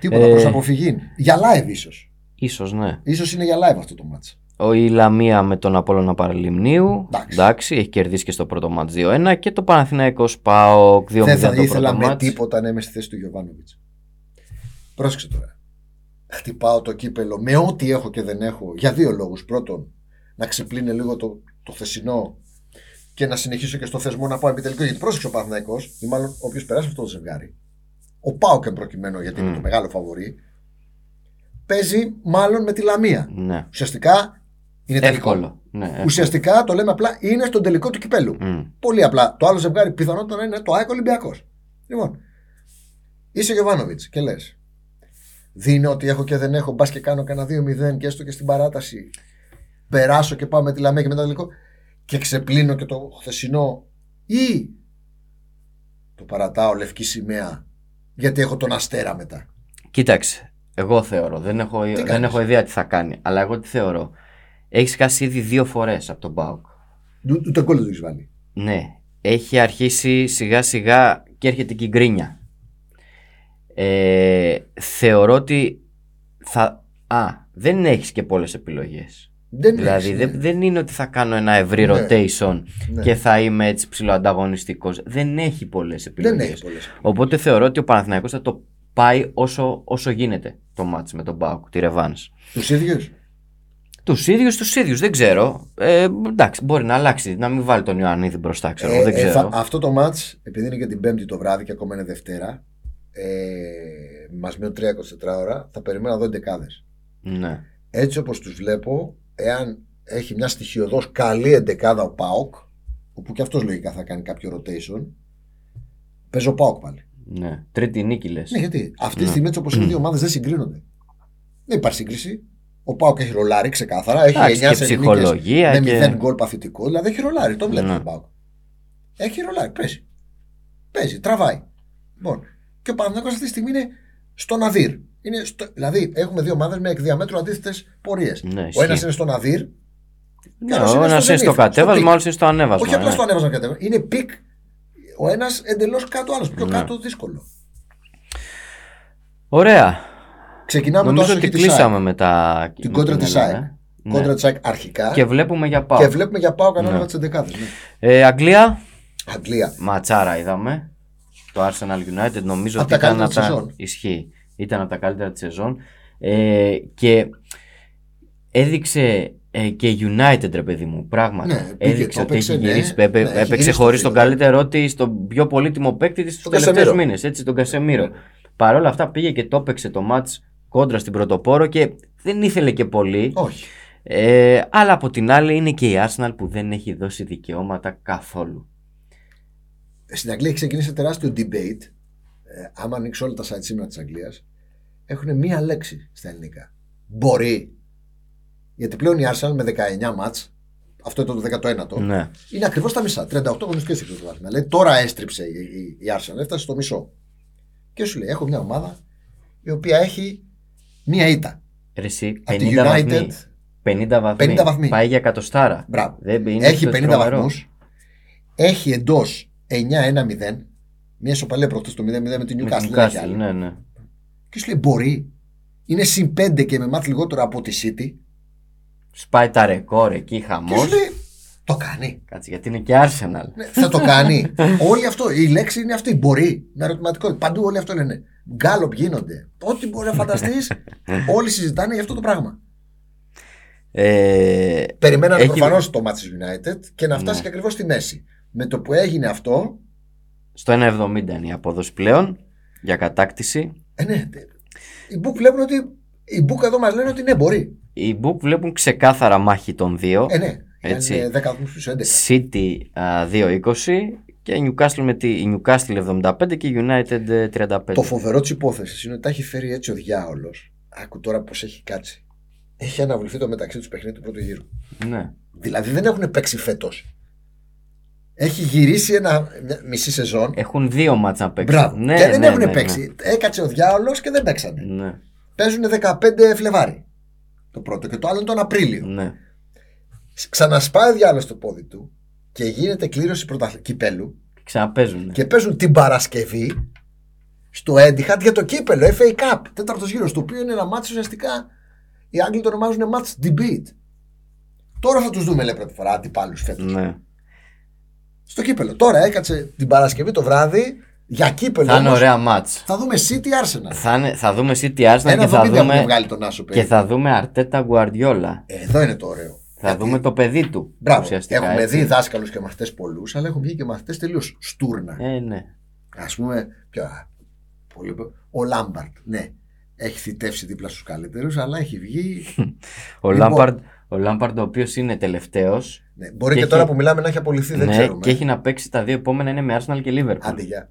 Speaker 2: Τίποτα
Speaker 1: Ε.
Speaker 2: προς αποφυγή. Για live ίσως.
Speaker 1: Ίσως ναι.
Speaker 2: Ίσως είναι για live αυτό το μάτς.
Speaker 1: Ο η Λαμία με τον Απόλλωνα Παραλιμνίου.
Speaker 2: Εντάξει.
Speaker 1: έχει κερδίσει και στο πρώτο μάτς 2-1 και το Παναθηναϊκός ΠΑΟΚ 2-0
Speaker 2: Δεν θα
Speaker 1: το
Speaker 2: ήθελα
Speaker 1: πρώτο
Speaker 2: με
Speaker 1: μάτς.
Speaker 2: τίποτα να είμαι στη θέση του Γιωβάνοβιτς. Πρόσεξε τώρα. Χτυπάω το κύπελο με ό,τι έχω και δεν έχω για δύο λόγους. Πρώτον, να ξεπλύνει λίγο το, το χθεσινό και να συνεχίσω και στο θεσμό να πάω επιτελικό. Γιατί πρόσεξε ο Παναθυναϊκό, ή μάλλον όποιος περάσει αυτό το ζευγάρι. Ο Πάοκ εν προκειμένου, γιατί είναι
Speaker 1: Μμ.
Speaker 2: το μεγάλο φαβορή, παίζει μάλλον με τη Λαμία.
Speaker 1: Ναι.
Speaker 2: Ουσιαστικά είναι τελικό.
Speaker 1: Εύκολο. Ναι, εύκολο.
Speaker 2: Ουσιαστικά το λέμε απλά είναι στον τελικό του κυπέλου.
Speaker 1: Μμ.
Speaker 2: Πολύ απλά. Το άλλο ζευγάρι πιθανότατα να είναι το ΑΕΚ Ολυμπιακός. Λοιπόν, είσαι Γιωβάνοβιτ και λες. Δίνω ότι έχω και δεν έχω, μπας και κάνω κανένα 2-0 και έστω και στην παράταση. Περάσω και πάω με τη Λαμία και μετά τελικό. Και ξεπλύνω και το χθεσινό. Ή το παρατάω λευκή σημαία. Γιατί έχω τον αστέρα μετά.
Speaker 1: Κοίταξε. Εγώ θεωρώ. Δεν έχω, δεν
Speaker 2: κάνεις?
Speaker 1: έχω ιδέα τι θα κάνει. Αλλά εγώ τι θεωρώ. Έχεις χάσει ήδη δύο φορές από τον ΠΑΟΚ.
Speaker 2: Ούτε ούτε γκολ δεν του βάλει.
Speaker 1: Ναι. Έχει αρχίσει σιγά σιγά και έρχεται και η γκρίνια. Ε, θεωρώ ότι θα. Α, δεν έχεις και πολλές επιλογές.
Speaker 2: Δεν
Speaker 1: Δηλαδή
Speaker 2: έχεις,
Speaker 1: δεν,
Speaker 2: ναι.
Speaker 1: δεν είναι ότι θα κάνω ένα ευρύ
Speaker 2: Ναι.
Speaker 1: rotation
Speaker 2: Ναι.
Speaker 1: και θα είμαι έτσι ψηλοανταγωνιστικός. Δεν έχει πολλές επιλογέ.
Speaker 2: δεν έχει πολλέ.
Speaker 1: Οπότε θεωρώ ότι ο Παναθηναϊκός θα το πάει όσο, όσο γίνεται το μάτς με τον Μπάουκ, τη Ρεβάνς.
Speaker 2: Τους ίδιους.
Speaker 1: Τους ίδιους, τους ίδιους, δεν ξέρω. Ε, εντάξει, μπορεί να αλλάξει, να μην βάλει τον Ιωαννίδη μπροστά, ξέρω. εγώ, δεν ξέρω.
Speaker 2: Ε, θα- αυτό το match, επειδή είναι και την Πέμπτη το βράδυ και ακόμα είναι Δευτέρα, ε, μας μείνουν 3-24 ώρα, θα περιμένω να δω εντεκάδες.
Speaker 1: Ναι.
Speaker 2: Έτσι όπως τους βλέπω, εάν έχει μια στοιχειοδός καλή εντεκάδα ο Πάοκ, όπου και αυτός λογικά θα κάνει κάποιο rotation, παίζω Πάοκ πάλι.
Speaker 1: ναι. Τρίτη νίκη λες.
Speaker 2: Ναι, γιατί αυτή
Speaker 1: Ναι.
Speaker 2: τη στιγμή έτσι όπως είναι οι δύο ομάδες δεν συγκρίνονται. Δεν υπάρχει σύγκριση. Ο Πάοκ έχει ρολάρι ξεκάθαρα, έχει 9
Speaker 1: Εντάξει, και
Speaker 2: σε νίκες Ναι,
Speaker 1: ψυχολογία.
Speaker 2: με
Speaker 1: και...
Speaker 2: 0 γκολ παθητικό. Δηλαδή έχει ρολάρι, το βλέπει
Speaker 1: Ναι.
Speaker 2: τον Πάουκ. Έχει ρολάρι, παίζει. Παίζει, τραβάει. Λοιπόν, και ο Παναθηναϊκός αυτή τη στιγμή είναι στον Αδύρ. Είναι στο, δηλαδή έχουμε δύο ομάδες με εκ διαμέτρου αντίθετες πορείες.
Speaker 1: Ναι,
Speaker 2: ο ένα
Speaker 1: ισχύει.
Speaker 2: είναι στον Αδύρ.
Speaker 1: Ναι,
Speaker 2: ένας
Speaker 1: ο
Speaker 2: είναι
Speaker 1: ένας
Speaker 2: στο
Speaker 1: είναι στο
Speaker 2: Zenit, στο
Speaker 1: κατέβασμα,
Speaker 2: πικ.
Speaker 1: ο άλλο είναι στο ανέβασμα.
Speaker 2: Όχι απλά
Speaker 1: ναι.
Speaker 2: στον ανέβασμα κατέβασμα. Είναι πικ. Ο ένας εντελώς κάτω, ο άλλος πιο
Speaker 1: Ναι.
Speaker 2: κάτω δύσκολο.
Speaker 1: Ωραία.
Speaker 2: Ξεκινάμε
Speaker 1: Νομίζω
Speaker 2: το
Speaker 1: ότι
Speaker 2: άσοχη της ΑΕΚ.
Speaker 1: κλείσαμε με τα.
Speaker 2: Την
Speaker 1: με
Speaker 2: κόντρα
Speaker 1: την
Speaker 2: της
Speaker 1: Ελλάδα,
Speaker 2: ΑΕΚ.
Speaker 1: ε. Ναι.
Speaker 2: Κόντρα τσακ αρχικά.
Speaker 1: Και
Speaker 2: Και,
Speaker 1: βλέπουμε για πάω.
Speaker 2: βλέπουμε για πάω κανένα
Speaker 1: Ναι.
Speaker 2: ναι. τι εντεκάδε. Ναι.
Speaker 1: Ε, Αγγλία.
Speaker 2: Αγγλία.
Speaker 1: Ματσάρα είδαμε. Το Arsenal United νομίζω
Speaker 2: Απ'
Speaker 1: ότι
Speaker 2: τα
Speaker 1: ήταν
Speaker 2: καλύτερα
Speaker 1: από
Speaker 2: της
Speaker 1: τα...
Speaker 2: σεζόν.
Speaker 1: Ισχύει. Ήταν από τα καλύτερα της σεζόν. Ε, και έδειξε Ε, και η United, ρε παιδί μου, πράγματι.
Speaker 2: Ναι, πήγε,
Speaker 1: έδειξε
Speaker 2: το
Speaker 1: ότι έχει
Speaker 2: έπαιξε, ναι.
Speaker 1: γυρίσει. έπαι-
Speaker 2: Ναι, έχει γυρίσει
Speaker 1: έπαιξε
Speaker 2: το
Speaker 1: χωρίς τον
Speaker 2: φίλο.
Speaker 1: καλύτερό τη, τον πιο πολύτιμο παίκτη της του
Speaker 2: Τον
Speaker 1: τελευταίους
Speaker 2: Κασεμίρο.
Speaker 1: μήνες. Έτσι, τον Κασεμίρο. Παρ' όλα αυτά πήγε και το έπαιξε το μάτ κόντρα στην πρωτοπόρο και δεν ήθελε και πολύ.
Speaker 2: Όχι.
Speaker 1: Ε, αλλά από την άλλη είναι και η Arsenal που δεν έχει δώσει δικαιώματα καθόλου.
Speaker 2: Στην Αγγλία έχει ξεκινήσει ένα τεράστιο debate. Ε, άμα ανοίξω όλα τα site σήμερα της Αγγλίας, έχουν μία λέξη στα ελληνικά. Μπορεί. Γιατί πλέον η Arsenal με 19 μάτς, αυτό ήταν το 19ο,
Speaker 1: Ναι.
Speaker 2: είναι ακριβώς τα μισά. 38 αγωνιστικέ έχει το πρωτάθλημα. Λέει τώρα έστριψε η, η, η Arsenal, έφτασε στο μισό. Και σου λέει: Έχω μια ομάδα η οποία έχει μία ήττα.
Speaker 1: Ρε εσύ, 50
Speaker 2: Από τη
Speaker 1: βαθμοί.
Speaker 2: United,
Speaker 1: 50 βαθμοί.
Speaker 2: 50 βαθμοί.
Speaker 1: Πάει για εκατοστάρα.
Speaker 2: μπράβο.
Speaker 1: Δεν είναι
Speaker 2: έχει
Speaker 1: το
Speaker 2: 50
Speaker 1: τρομερό.
Speaker 2: βαθμούς. Έχει εντός 9-1-0. Μια ισοπαλία προχτές το 0-0 με την
Speaker 1: Με
Speaker 2: Newcastle.
Speaker 1: την
Speaker 2: δεν έχει
Speaker 1: Newcastle,
Speaker 2: άλλη.
Speaker 1: ναι, ναι.
Speaker 2: Και σου λέει: Μπορεί. Είναι συν 5 και με μάτ λιγότερο από τη City.
Speaker 1: Σπάει τα ρεκόρ εκεί,
Speaker 2: Και
Speaker 1: χαμός.
Speaker 2: σου λέει: Το κάνει.
Speaker 1: Κάτσε γιατί είναι και Arsenal.
Speaker 2: Ναι, θα το κάνει. Όλη αυτό. Η λέξη είναι αυτή. Μπορεί. Με ερωτηματικό. Παντού όλοι αυτό λένε. Γκάλοπ γίνονται. Ό,τι μπορεί να φανταστείς, όλοι συζητάνε για αυτό το πράγμα.
Speaker 1: Ε,
Speaker 2: Περιμένανε
Speaker 1: Έχει-
Speaker 2: προφανώς το μάτι τη United και να φτάσει
Speaker 1: Ναι.
Speaker 2: και ακριβώς στη μέση. Με το που έγινε αυτό.
Speaker 1: στο 1,70 είναι η απόδοση πλέον για κατάκτηση.
Speaker 2: Ε, ναι, τε- οι Book βλέπουν ότι. Οι Book εδώ μας λένε ότι ναι, μπορεί.
Speaker 1: Οι Book βλέπουν ξεκάθαρα μάχη των δύο.
Speaker 2: Ε, ναι.
Speaker 1: Έτσι.
Speaker 2: Είναι 10 βαθμούς στους 11.
Speaker 1: City α, 2,20 και η Newcastle με τη η Newcastle 75 και η United ε, 35.
Speaker 2: Το φοβερό της υπόθεσης είναι ότι τα έχει φέρει έτσι ο διάολος. Άκου τώρα πώς έχει κάτσει. Έχει αναβληθεί το μεταξύ τους παιχνίδι του πρώτου γύρου.
Speaker 1: Ναι.
Speaker 2: Δηλαδή δεν έχουν παίξει φέτος. Έχει γυρίσει ένα, μια μισή σεζόν.
Speaker 1: Έχουν δύο μάτσα να παίξουν.
Speaker 2: Μπράβο.
Speaker 1: Ναι,
Speaker 2: και δεν
Speaker 1: ναι,
Speaker 2: έχουν
Speaker 1: ναι, ναι.
Speaker 2: παίξει. Έκατσε ο διάολος και δεν παίξανε.
Speaker 1: Ναι,
Speaker 2: Παίζουν 15 Φλεβάρι. Το πρώτο και το άλλο είναι τον Απρίλιο.
Speaker 1: ναι.
Speaker 2: Ξανασπάει ο διάολος το πόδι του και γίνεται κλήρωση πρωταθλη- κυπέλου.
Speaker 1: Ξαναπέζουν.
Speaker 2: Και παίζουν την Παρασκευή στο Etihad για το κύπελο FA Cup. Τέταρτος γύρος. Το οποίο είναι ένα μάτσο ουσιαστικά. Οι Άγγλοι το ονομάζουν match debate. Τώρα θα τους δούμε, λέει πρώτη φορά, αντιπάλους φέτος.
Speaker 1: Ναι.
Speaker 2: Στο κύπελο. Τώρα έκατσε την Παρασκευή το βράδυ για κύπελο.
Speaker 1: Θα είναι
Speaker 2: όμως,
Speaker 1: ωραία μάτς.
Speaker 2: θα δούμε City Arsenal.
Speaker 1: Θα, είναι- θα δούμε City Arsenal
Speaker 2: Ένα
Speaker 1: και θα
Speaker 2: δομίδι έχουν
Speaker 1: δούμε,
Speaker 2: βγάλει τον Άσο
Speaker 1: και
Speaker 2: παιδί.
Speaker 1: θα δούμε Αρτέτα Guardiola.
Speaker 2: Εδώ είναι το ωραίο.
Speaker 1: Θα δούμε το παιδί του.
Speaker 2: Μπράβο.
Speaker 1: ουσιαστικά,
Speaker 2: Έχουμε
Speaker 1: έτσι.
Speaker 2: δει δάσκαλους και μαθητές πολλούς, αλλά έχουν βγει και μαθητές τελείως στούρνα.
Speaker 1: Ε, ναι.
Speaker 2: Ας πούμε, ποιο, α, πολύ, ο Λάμπαρτ, ναι. Έχει θητεύσει δίπλα στους καλύτερους, αλλά έχει βγει.
Speaker 1: Ο
Speaker 2: Λοιπόν.
Speaker 1: Λάμπαρντ, ο, Lampard, ο οποίος είναι τελευταίος.
Speaker 2: ναι, μπορεί
Speaker 1: Και
Speaker 2: και,
Speaker 1: έχει-
Speaker 2: τώρα που μιλάμε να έχει απολυθεί, δεν
Speaker 1: Ναι,
Speaker 2: ξέρουμε.
Speaker 1: και έχει να παίξει τα δύο επόμενα είναι με Arsenal και Liverpool.
Speaker 2: Άντε, γεια.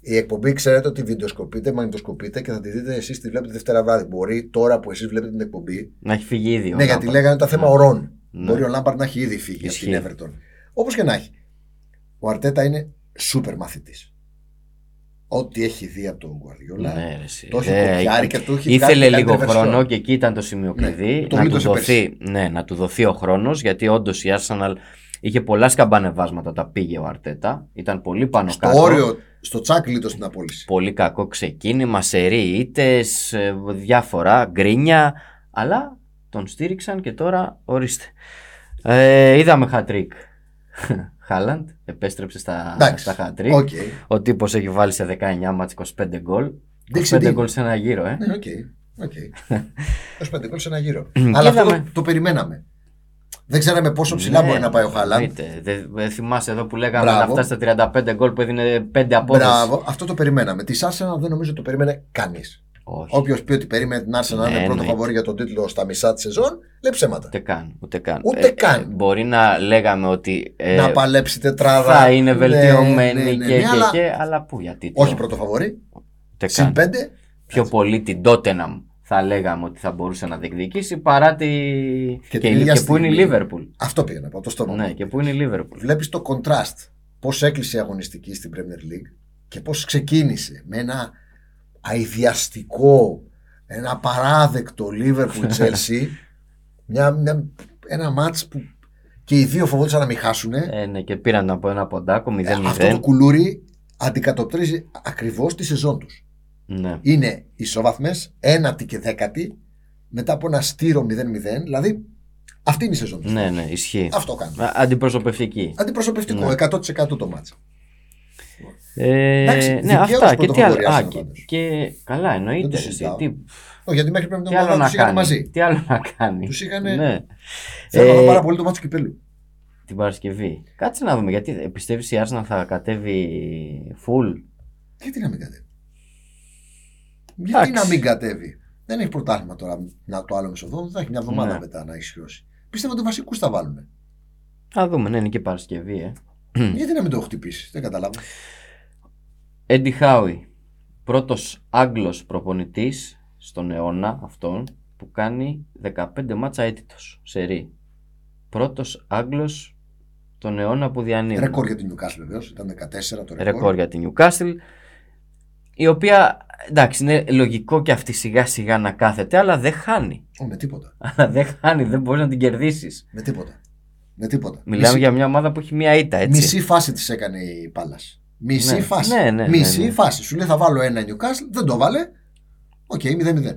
Speaker 2: Η εκπομπή ξέρετε ότι βιντεοσκοπείται, μαγνητοσκοπείται και θα τη δείτε εσείς τη βλέπετε Δευτέρα βράδυ. Μπορεί τώρα που εσείς βλέπετε την εκπομπή.
Speaker 1: Να έχει φύγει ήδη. ο
Speaker 2: ναι, γιατί
Speaker 1: Lampard.
Speaker 2: λέγανε τα θέμα
Speaker 1: Ναι.
Speaker 2: ορών.
Speaker 1: Ναι.
Speaker 2: Μπορεί ο Λάμπαρτ να έχει ήδη φύγει από
Speaker 1: Ισχύει.
Speaker 2: την Everton. Όπως και να έχει. Ο Αρτέτα είναι σούπερ μαθητής. Ό,τι έχει δει από τον Guardiola.
Speaker 1: Ναι, ρε, εσύ.
Speaker 2: Το έχει
Speaker 1: Ε,
Speaker 2: κοπιάρει και του έχει
Speaker 1: Ήθελε
Speaker 2: βγάλει
Speaker 1: λίγο
Speaker 2: καλύτερη
Speaker 1: χρόνο
Speaker 2: version.
Speaker 1: και εκεί ήταν το σημείο
Speaker 2: Ναι,
Speaker 1: κλειδί.
Speaker 2: το
Speaker 1: να, του
Speaker 2: γλίτωσε
Speaker 1: δοθεί, ναι, να του δοθεί ο χρόνος γιατί όντως η Arsenal είχε πολλά σκαμπανεβάσματα όταν πήγε ο Αρτέτα. Ήταν πολύ πάνω
Speaker 2: Στο
Speaker 1: κάτω.
Speaker 2: όριο, στο τσάκ λίτο στην απόλυση.
Speaker 1: Πολύ κακό ξεκίνημα, σερή ήττες, διάφορα γκρίνια. Αλλά τον στήριξαν και τώρα ορίστε. Ε, είδαμε χατρίκ. Χάλαντ επέστρεψε στα,
Speaker 2: Εντάξει.
Speaker 1: στα χατρίκ.
Speaker 2: Οκ.
Speaker 1: Ο τύπος έχει βάλει σε 19 μάτς 25 γκολ.
Speaker 2: Δείξε
Speaker 1: 25
Speaker 2: τι.
Speaker 1: γκολ σε ένα γύρο, ε.
Speaker 2: Ναι, οκ. Οκ. Ως πέντε γκολ σε ένα γύρο. Αλλά αυτό
Speaker 1: Είδαμε.
Speaker 2: το, το περιμέναμε. Δεν ξέραμε πόσο ψηλά
Speaker 1: Ναι,
Speaker 2: μπορεί να πάει ο Χάλαντ.
Speaker 1: εννοείται. Δεν δεν θυμάσαι εδώ που λέγαμε
Speaker 2: Μπράβο.
Speaker 1: να φτάσει στα 35 γκολ που έδινε 5 απόδοση.
Speaker 2: Μπράβο, αυτό το περιμέναμε. Τη Arsenal δεν νομίζω το περίμενε κανείς.
Speaker 1: Όχι,
Speaker 2: Όποιος πει ότι περίμενε την Arsenal να
Speaker 1: Ναι,
Speaker 2: είναι πρώτο
Speaker 1: εννοείται.
Speaker 2: φαβόρη για τον τίτλο στα μισά της σεζόν, λέει ψέματα.
Speaker 1: ούτε καν. Ούτε καν. Ε,
Speaker 2: Ούτε καν.
Speaker 1: μπορεί να λέγαμε ότι ε,
Speaker 2: να παλέψει τετράδα.
Speaker 1: θα είναι βελτιωμένη
Speaker 2: Ναι, ναι, ναι,
Speaker 1: και,
Speaker 2: ναι,
Speaker 1: και,
Speaker 2: αλλά
Speaker 1: και, αλλά πού γιατί.
Speaker 2: Όχι πρώτο φαβόρη.
Speaker 1: Ούτε
Speaker 2: Συν
Speaker 1: καν.
Speaker 2: πέντε.
Speaker 1: Πιο πολύ την Tottenham θα λέγαμε ότι θα μπορούσε να διεκδικήσει παρά τη.
Speaker 2: την
Speaker 1: και,
Speaker 2: ίδια
Speaker 1: και πού είναι
Speaker 2: στιγμή.
Speaker 1: η Λίβερπουλ.
Speaker 2: Αυτό πήγαινε από το στόμα.
Speaker 1: Ναι, και πού είναι η Λίβερπουλ.
Speaker 2: Βλέπεις το contrast. Πώς έκλεισε η αγωνιστική στην Premier League και πώς ξεκίνησε με ένα αειδιαστικό, ένα παράδεκτο Liverpool Chelsea. μια, μια, ένα μάτς που και οι δύο φοβόντουσαν να μην χάσουν.
Speaker 1: Ε, ναι, και πήραν από ένα ποντάκο 0-0.
Speaker 2: Ε, αυτό το κουλούρι αντικατοπτρίζει ακριβώς τη σεζόν τους.
Speaker 1: ναι.
Speaker 2: Είναι ισοβαθμέ, ένατη και δέκατη, μετά από ένα στήρο 0-0. Δηλαδή αυτή είναι η σεζόν τους.
Speaker 1: ναι, ναι, ισχύει.
Speaker 2: Αυτό κάνουμε.
Speaker 1: Α, Αντιπροσωπευτική.
Speaker 2: Αντιπροσωπευτικό, 100% το μάτς.
Speaker 1: Ε,
Speaker 2: Εντάξει,
Speaker 1: ναι,
Speaker 2: δικαίως
Speaker 1: αυτά και τι άλλο.
Speaker 2: πρωτοπορία
Speaker 1: Α,
Speaker 2: σαν
Speaker 1: και,
Speaker 2: πάντως.
Speaker 1: και καλά, εννοείται.
Speaker 2: Δεν το
Speaker 1: ρε, εσύ,
Speaker 2: συζητάω. Ναι,
Speaker 1: τι,
Speaker 2: Όχι, γιατί μέχρι πριν την
Speaker 1: Τι άλλο
Speaker 2: ομάδα
Speaker 1: να
Speaker 2: τους είχαν
Speaker 1: κάνει.
Speaker 2: μαζί.
Speaker 1: Τι άλλο να κάνει.
Speaker 2: Τους είχανε-
Speaker 1: Ναι.
Speaker 2: Θέλω
Speaker 1: Ε,
Speaker 2: να πάρα πολύ το μάτι του κυπέλου.
Speaker 1: Την Παρασκευή. Κάτσε να δούμε γιατί ε, πιστεύεις η Arsenal θα κατέβει full.
Speaker 2: Γιατί να μην κατέβει. Γιατί
Speaker 1: Εντάξει.
Speaker 2: να μην κατέβει. Δεν έχει πρωτάθλημα τώρα να το άλλο μισοδό. Θα έχει μια εβδομάδα
Speaker 1: Ναι.
Speaker 2: μετά να ισχυρώσει. Πιστεύω ότι βασικούς θα βάλουν.
Speaker 1: Θα δούμε, ναι, είναι και η Παρασκευή, ε.
Speaker 2: Γιατί να μην το χτυπήσει, δεν καταλάβω.
Speaker 1: Έντι Χάουι, πρώτος Άγγλος προπονητής στον αιώνα αυτόν που κάνει 15 μάτσα αίτητος σε ρί. Πρώτος Άγγλος τον αιώνα που διανύει.
Speaker 2: Ρεκόρ για την Νιουκάσ βεβαίως. Ήταν 14 το
Speaker 1: Ναι. Ρεκόρ
Speaker 2: ρεκόρ.
Speaker 1: για την Newcastle η οποία εντάξει είναι λογικό και αυτή σιγά σιγά να κάθεται αλλά δεν χάνει.
Speaker 2: Ω, με τίποτα.
Speaker 1: Αλλά δεν χάνει, δεν μπορείς να την κερδίσεις.
Speaker 2: Με τίποτα. Με τίποτα.
Speaker 1: Μιλάμε
Speaker 2: Μισή-
Speaker 1: για μια ομάδα που έχει μία ήττα, έτσι.
Speaker 2: Μισή φάση της έκανε η Πάλας. Μισή
Speaker 1: Ναι.
Speaker 2: φάση.
Speaker 1: Ναι, ναι, ναι,
Speaker 2: Μισή
Speaker 1: ναι.
Speaker 2: φάση. Σου λέει θα βάλω ένα Newcastle, δεν το βάλε. Οκ, 0-0.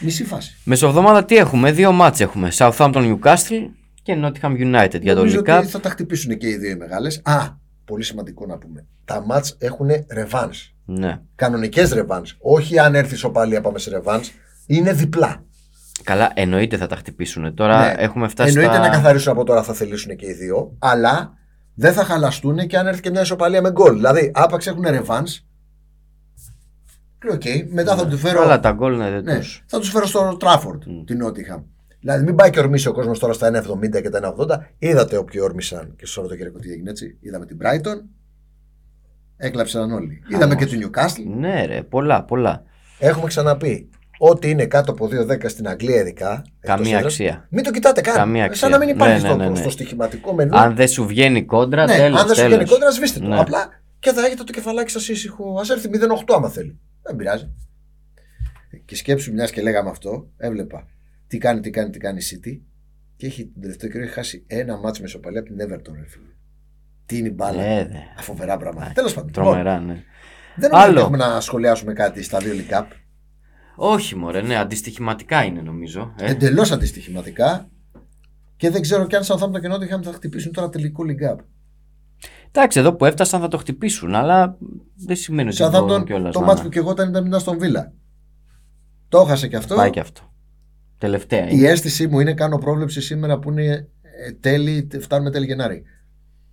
Speaker 2: Μισή φάση.
Speaker 1: Μεσοβδόμαδα τι έχουμε, δύο μάτς έχουμε. Southampton Newcastle και Nottingham United για το
Speaker 2: Νομίζω
Speaker 1: League Cup.
Speaker 2: ότι θα τα χτυπήσουν και οι δύο οι μεγάλες. Α, πολύ σημαντικό να πούμε. Τα μάτ έχουν ρεβάν.
Speaker 1: Ναι.
Speaker 2: Κανονικές ρεβάν. Όχι αν έρθει σοπαλία πάμε σε ρεβάν. Είναι διπλά.
Speaker 1: Καλά, εννοείται θα τα χτυπήσουν. Τώρα
Speaker 2: Ναι.
Speaker 1: έχουμε φτάσει
Speaker 2: Εννοείται
Speaker 1: στα...
Speaker 2: να καθαρίσουν από τώρα, θα θελήσουν και οι δύο, αλλά δεν θα χαλαστούν και αν έρθει και μια ισοπαλία με γκολ. Δηλαδή, άπαξ έχουν ρεβάν. Οκ, μετά θα τους φέρω.
Speaker 1: Καλά, τα γκολ ναι, δεν
Speaker 2: Ναι,
Speaker 1: τους... Mm.
Speaker 2: θα τους φέρω στο Τράφορντ, την Νότιχαμ. Δηλαδή, μην πάει και ορμήσει ο κόσμος τώρα στα 1,70 και τα 1,80. Είδατε όποιοι όρμησαν και στο Σαββατοκύριακο τι έγινε έτσι. Είδαμε την Brighton. Έκλαψαν όλοι. Είδαμε και την Newcastle.
Speaker 1: Ναι ρε, πολλά, πολλά.
Speaker 2: Έχουμε ξαναπεί. Ό,τι είναι κάτω από 2,10 στην Αγγλία ειδικά. εκτός
Speaker 1: Καμία
Speaker 2: έδρας,
Speaker 1: αξία.
Speaker 2: Μην το κοιτάτε καν.
Speaker 1: Καμία
Speaker 2: Σαν
Speaker 1: αξία.
Speaker 2: να μην υπάρχει
Speaker 1: Ναι,
Speaker 2: στο,
Speaker 1: ναι, ναι, ναι.
Speaker 2: στο στοιχηματικό μενού.
Speaker 1: Αν δεν σου βγαίνει κόντρα,
Speaker 2: ναι,
Speaker 1: τέλος,
Speaker 2: αν δεν σου
Speaker 1: τέλος.
Speaker 2: βγαίνει κόντρα, σβήστε το.
Speaker 1: Ναι.
Speaker 2: Απλά και θα έχετε το κεφαλάκι σας ήσυχο. Ας έρθει 0,8 άμα θέλει. Δεν πειράζει. Και σκέψου, μιας και λέγαμε αυτό, έβλεπα τι κάνει, τι κάνει, τι κάνει η City και έχει τον τελευταίο καιρό έχει χάσει ένα μάτσο με σοπαλία από την Everton. Ρε, φίλε. Τι είναι η μπάλα.
Speaker 1: Ε, δε.
Speaker 2: Αφοβερά πράγματα.
Speaker 1: Ναι.
Speaker 2: Τέλος πάντων. Λοιπόν,
Speaker 1: Τρομερά, ναι.
Speaker 2: δεν νομίζω ότι
Speaker 1: Άλλο.
Speaker 2: έχουμε να σχολιάσουμε κάτι στα δύο League Cup.
Speaker 1: Όχι μωρέ, ναι, αντιστοιχηματικά είναι νομίζω. Ε.
Speaker 2: Εντελώς αντιστοιχηματικά. Και δεν ξέρω και αν σαν Southampton και Nottingham θα χτυπήσουν τώρα τελικό League Cup.
Speaker 1: Εντάξει, εδώ που έφτασαν θα το χτυπήσουν, αλλά δεν σημαίνει ότι
Speaker 2: Σαν
Speaker 1: μπορούν κιόλας ναι,
Speaker 2: το
Speaker 1: να-
Speaker 2: μάτι που και εγώ ήταν ήταν μετά στον Βίλα. Το έχασε και αυτό.
Speaker 1: Πάει και αυτό. Τελευταία. είναι.
Speaker 2: Η αίσθησή μου είναι κάνω πρόβλεψη σήμερα που είναι ε, τέλη, τε- φτάνουμε τέλη Γενάρη.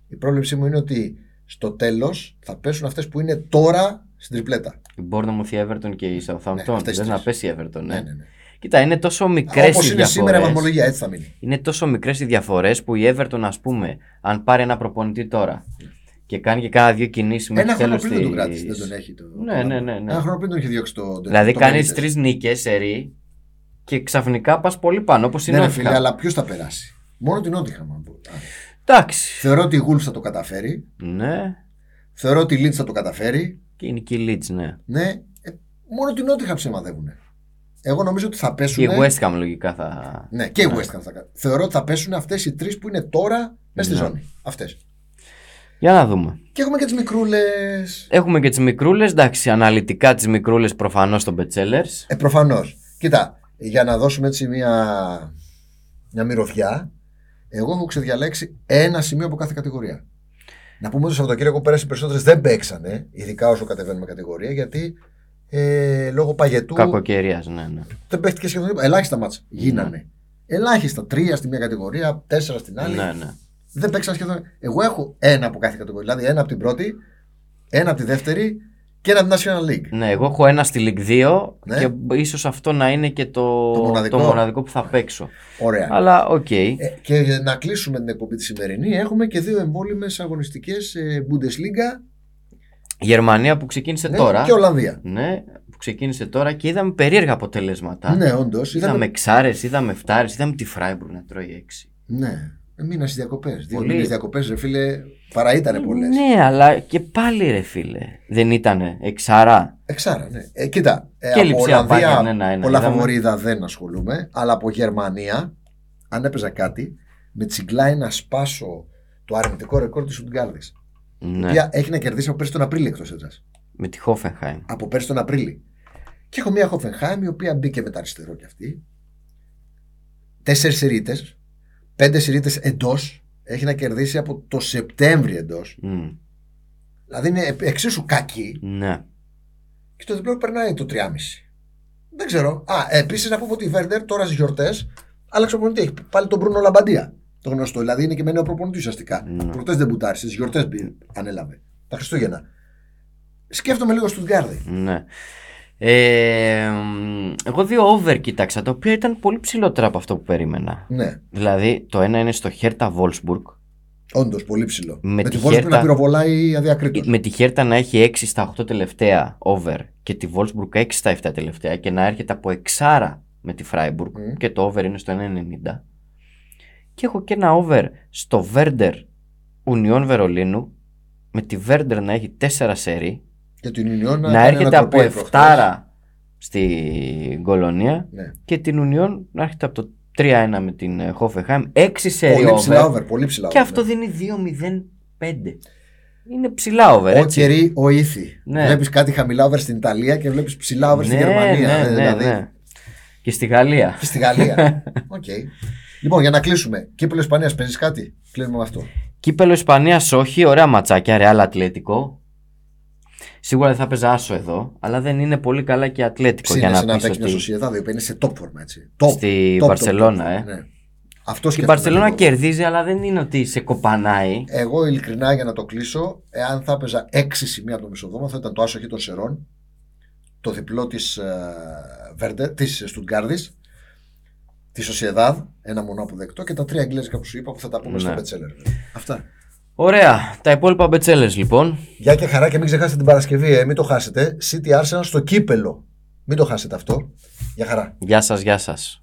Speaker 2: Η πρόβλεψή μου είναι ότι στο τέλος θα πέσουν αυτές που είναι τώρα στην τριπλέτα.
Speaker 1: Η Bournemouth, η Everton και η Southampton.
Speaker 2: Ναι, αυτές
Speaker 1: Θες
Speaker 2: τις
Speaker 1: να
Speaker 2: τρεις.
Speaker 1: πέσει η Everton, ναι.
Speaker 2: Ναι, ναι, ναι.
Speaker 1: Κοίτα, είναι τόσο
Speaker 2: Όπω
Speaker 1: μικρέ
Speaker 2: είναι
Speaker 1: οι διαφορέ.
Speaker 2: σήμερα η βαθμολογία, έτσι θα μείνει.
Speaker 1: Είναι τόσο μικρές οι διαφορές που η Everton, ας πούμε, αν πάρει ένα προπονητή τώρα και κάνει Ναι, και κάνα δύο κινήσεις μέχρι
Speaker 2: Ένα χρόνο
Speaker 1: τέλο
Speaker 2: πριν δεν τον κράτησε, δεν τον έχει. Το,
Speaker 1: Ναι,
Speaker 2: το-
Speaker 1: ναι, ναι, ναι.
Speaker 2: Ένα χρόνο πριν τον είχε διώξει το.
Speaker 1: Δηλαδή
Speaker 2: το
Speaker 1: κάνεις
Speaker 2: Benitez.
Speaker 1: τρεις νίκες σε ρί και ξαφνικά πας πολύ πάνω όπως
Speaker 2: Ναι,
Speaker 1: είναι
Speaker 2: ρε
Speaker 1: ο
Speaker 2: φίλε, αλλά ποιος θα περάσει. Μόνο την Ότιχα.
Speaker 1: Εντάξει.
Speaker 2: Θεωρώ ότι η Γούλφ θα το καταφέρει.
Speaker 1: Ναι.
Speaker 2: Θεωρώ ότι η Λίτ θα το καταφέρει.
Speaker 1: Και είναι και η Leeds, ναι.
Speaker 2: Ναι, ε, μόνο την Νότιχα ψημαδεύουν. Εγώ νομίζω ότι θα
Speaker 1: Και
Speaker 2: πέσουν.
Speaker 1: η West Ham λογικά θα.
Speaker 2: Ναι, και η West Ham θα κάνει. Θεωρώ ότι θα πέσουν αυτές οι τρεις που είναι τώρα μέσα στη
Speaker 1: Ναι.
Speaker 2: ζώνη. Αυτές.
Speaker 1: Για να δούμε.
Speaker 2: Και έχουμε και τις μικρούλες.
Speaker 1: Έχουμε και τις μικρούλες. Εντάξει, αναλυτικά τις μικρούλες προφανώς στον Betzellers.
Speaker 2: Ε, προφανώς. Κοίτα, για να δώσουμε έτσι μια, μια μυρωδιά, εγώ έχω ξεδιαλέξει ένα σημείο από κάθε κατηγορία. Να πούμε ότι το Σαββατοκύριακο πέρασε οι περισσότερες δεν παίξανε, ειδικά όσο κατεβαίνουμε κατηγορία, γιατί ε, λόγω παγετού
Speaker 1: Κακοκαιρίας, ναι, ναι.
Speaker 2: δεν παίχτηκε σχεδόν τίποτα. Ελάχιστα μάτς γίνανε. Ελάχιστα. Τρία στη μία κατηγορία, τέσσερα στην άλλη.
Speaker 1: Ναι, ναι.
Speaker 2: Δεν παίξαν σχεδόν. Εγώ έχω ένα από κάθε κατηγορία. Δηλαδή ένα από την πρώτη, ένα από τη δεύτερη και ένα από την National League.
Speaker 1: Ναι, εγώ έχω ένα στη League 2
Speaker 2: Ναι.
Speaker 1: και ίσως αυτό να είναι και το,
Speaker 2: Το μοναδικό.
Speaker 1: που θα παίξω.
Speaker 2: Ωραία.
Speaker 1: Αλλά οκ.
Speaker 2: Ε, και για να κλείσουμε την εκπομπή τη σημερινή, έχουμε και δύο εμβόλυμες αγωνιστικές ε, Bundesliga
Speaker 1: Γερμανία που ξεκίνησε
Speaker 2: ναι,
Speaker 1: Ε, τώρα.
Speaker 2: και Ολλανδία.
Speaker 1: Ναι, που ξεκίνησε τώρα και είδαμε περίεργα αποτελέσματα.
Speaker 2: Ναι, όντως.
Speaker 1: Είδαμε ξάρες, είδαμε φτάρες, είδαμε τη Φράιμπουργκ να τρώει 6.
Speaker 2: Ναι. Μήνα στις διακοπές. Δύο
Speaker 1: Πολύ.
Speaker 2: μήνες διακοπές, ρε φίλε, παρά ήταν πολλές.
Speaker 1: Ναι, αλλά και πάλι ρε φίλε. Δεν ήτανε εξαρά.
Speaker 2: Εξάρα, ναι. Ε, κοίτα, ε,
Speaker 1: Και
Speaker 2: από
Speaker 1: λειψία
Speaker 2: Ολλανδία
Speaker 1: Bayern, ένα-ένα, ναι,
Speaker 2: πολλά
Speaker 1: είδαμε.
Speaker 2: φαβορίδα δεν ασχολούμαι, αλλά από Γερμανία, αν έπαιζα κάτι, με τσιγκλάει να σπάσω το αρνητικό ρεκόρ της Ουτγκάρδης.
Speaker 1: Ναι,
Speaker 2: Η οποία έχει να κερδίσει από πέρσι τον Απρίλιο εκτός έδρας.
Speaker 1: με τη Χόφενχάιμ.
Speaker 2: Από πέρσι τον Απρίλιο. Και έχω μια Χόφενχάιμ η οποία μπήκε με τα αριστερό κι αυτή. Τέσσερις σειρίτες, πέντε σειρίτες εντός, έχει να κερδίσει από το Σεπτέμβριο εντός.
Speaker 1: Μμ,
Speaker 2: Δηλαδή είναι εξίσου κακή
Speaker 1: Ναι.
Speaker 2: και το διπλό περνάει το 3,5. Δεν ξέρω. Α, επίσης να πούμε ότι η Βέρντερ τώρα στις γιορτές άλλαξε προπονητής. Έχει πάλι τον Μπρούνο Λαμπαντία. Το γνωστό. Δηλαδή είναι και με νέο προπονητής ουσιαστικά.
Speaker 1: Ναι.
Speaker 2: Προχτέ δεν μπουτάρει, στις γιορτές ανέλαβε. Τα Χριστούγεννα. Σκέφτομαι λίγο Στουτγκάρδη.
Speaker 1: Ναι. Ε, μ, εγώ δύο over κοίταξα, τα οποία ήταν πολύ ψηλότερα από αυτό που περίμενα.
Speaker 2: Ναι,
Speaker 1: Δηλαδή, το ένα είναι στο Χέρτα Βόλσμπουργκ.
Speaker 2: όντως πολύ ψηλό.
Speaker 1: Με
Speaker 2: Με,
Speaker 1: τη
Speaker 2: τη Βόλσπη
Speaker 1: Χέρτα-
Speaker 2: να πυροβολάει αδιακρίτως.
Speaker 1: Με τη Χέρτα να έχει 6 στα 8 τελευταία over και τη Βόλσμπουργκ 6 στα 7 τελευταία και να έρχεται από 6 με τη Φράιμπουργκ
Speaker 2: Μμμ.
Speaker 1: και το over είναι στο 1,90. Και έχω και ένα over στο Βέρντερ Ουνιών Βερολίνου με τη Βέρντερ να έχει 4 σερί
Speaker 2: Και την Ιουνιόν
Speaker 1: να,
Speaker 2: κάνει
Speaker 1: έρχεται από
Speaker 2: ανατροπή προχτές.
Speaker 1: 7 στην Κολονία
Speaker 2: Ναι.
Speaker 1: και την Ουνιόν να έρχεται από το 3-1 με την ε, Hoffenheim 6 σερί
Speaker 2: Πολύ ψηλά
Speaker 1: over
Speaker 2: over. Πολύ ψηλά
Speaker 1: και
Speaker 2: over,
Speaker 1: αυτό
Speaker 2: ναι.
Speaker 1: δίνει 2-0-5. Είναι ψηλά over,
Speaker 2: Ο
Speaker 1: έτσι.
Speaker 2: κερί, ο ήθη.
Speaker 1: Ναι.
Speaker 2: Βλέπεις κάτι χαμηλά over στην Ιταλία και βλέπεις ψηλά over στη Γερμανία.
Speaker 1: Ναι,
Speaker 2: Ε,
Speaker 1: ναι,
Speaker 2: δηλαδή,
Speaker 1: ναι. Και στη Γαλλία.
Speaker 2: Και στη Γαλλία. Οκ. Λοιπόν, για να κλείσουμε. Κύπελο Ισπανία, παίζεις κάτι. Κλείνουμε με αυτό.
Speaker 1: Κύπελο Ισπανία όχι, ωραία ματσάκια, ρεάλ ατλέτικο. Σίγουρα δεν θα παίζα άσο εδώ, αλλά δεν είναι πολύ καλά και ατλέτικο
Speaker 2: Ψήνε
Speaker 1: για
Speaker 2: να,
Speaker 1: να
Speaker 2: να
Speaker 1: πεις
Speaker 2: παίξεις μια
Speaker 1: ότι
Speaker 2: σοσιαδά, διότι είναι σε top form έτσι. Top,
Speaker 1: στη
Speaker 2: top, top,
Speaker 1: Βαρσελόνα,
Speaker 2: top,
Speaker 1: ε.
Speaker 2: Ναι. Αυτό
Speaker 1: Η
Speaker 2: σκέφτομαι
Speaker 1: Μπαρσελόνα
Speaker 2: λίγο.
Speaker 1: κερδίζει, αλλά δεν είναι ότι σε κοπανάει.
Speaker 2: Εγώ ειλικρινά για να το κλείσω, εάν θα έπαιζα 6 σημεία από το μισοδόμα, θα ήταν το άσοχη των Σερών, το διπλό της της Στουτγκάρδης, της Σοσιεδάδ, ένα μονό αποδεκτό και τα τρία αγγλέζικα που σου είπα που θα τα πούμε στο
Speaker 1: Ναι.
Speaker 2: Μπετσέλερ. Αυτά.
Speaker 1: Ωραία. Τα υπόλοιπα μπετσέλες λοιπόν.
Speaker 2: Γεια και χαρά και μην ξεχάσετε την Παρασκευή, ε, μην το χάσετε. City Arsenal στο κύπελο. Μην το χάσετε αυτό. Γεια χαρά.
Speaker 1: Γεια σας, γεια σας.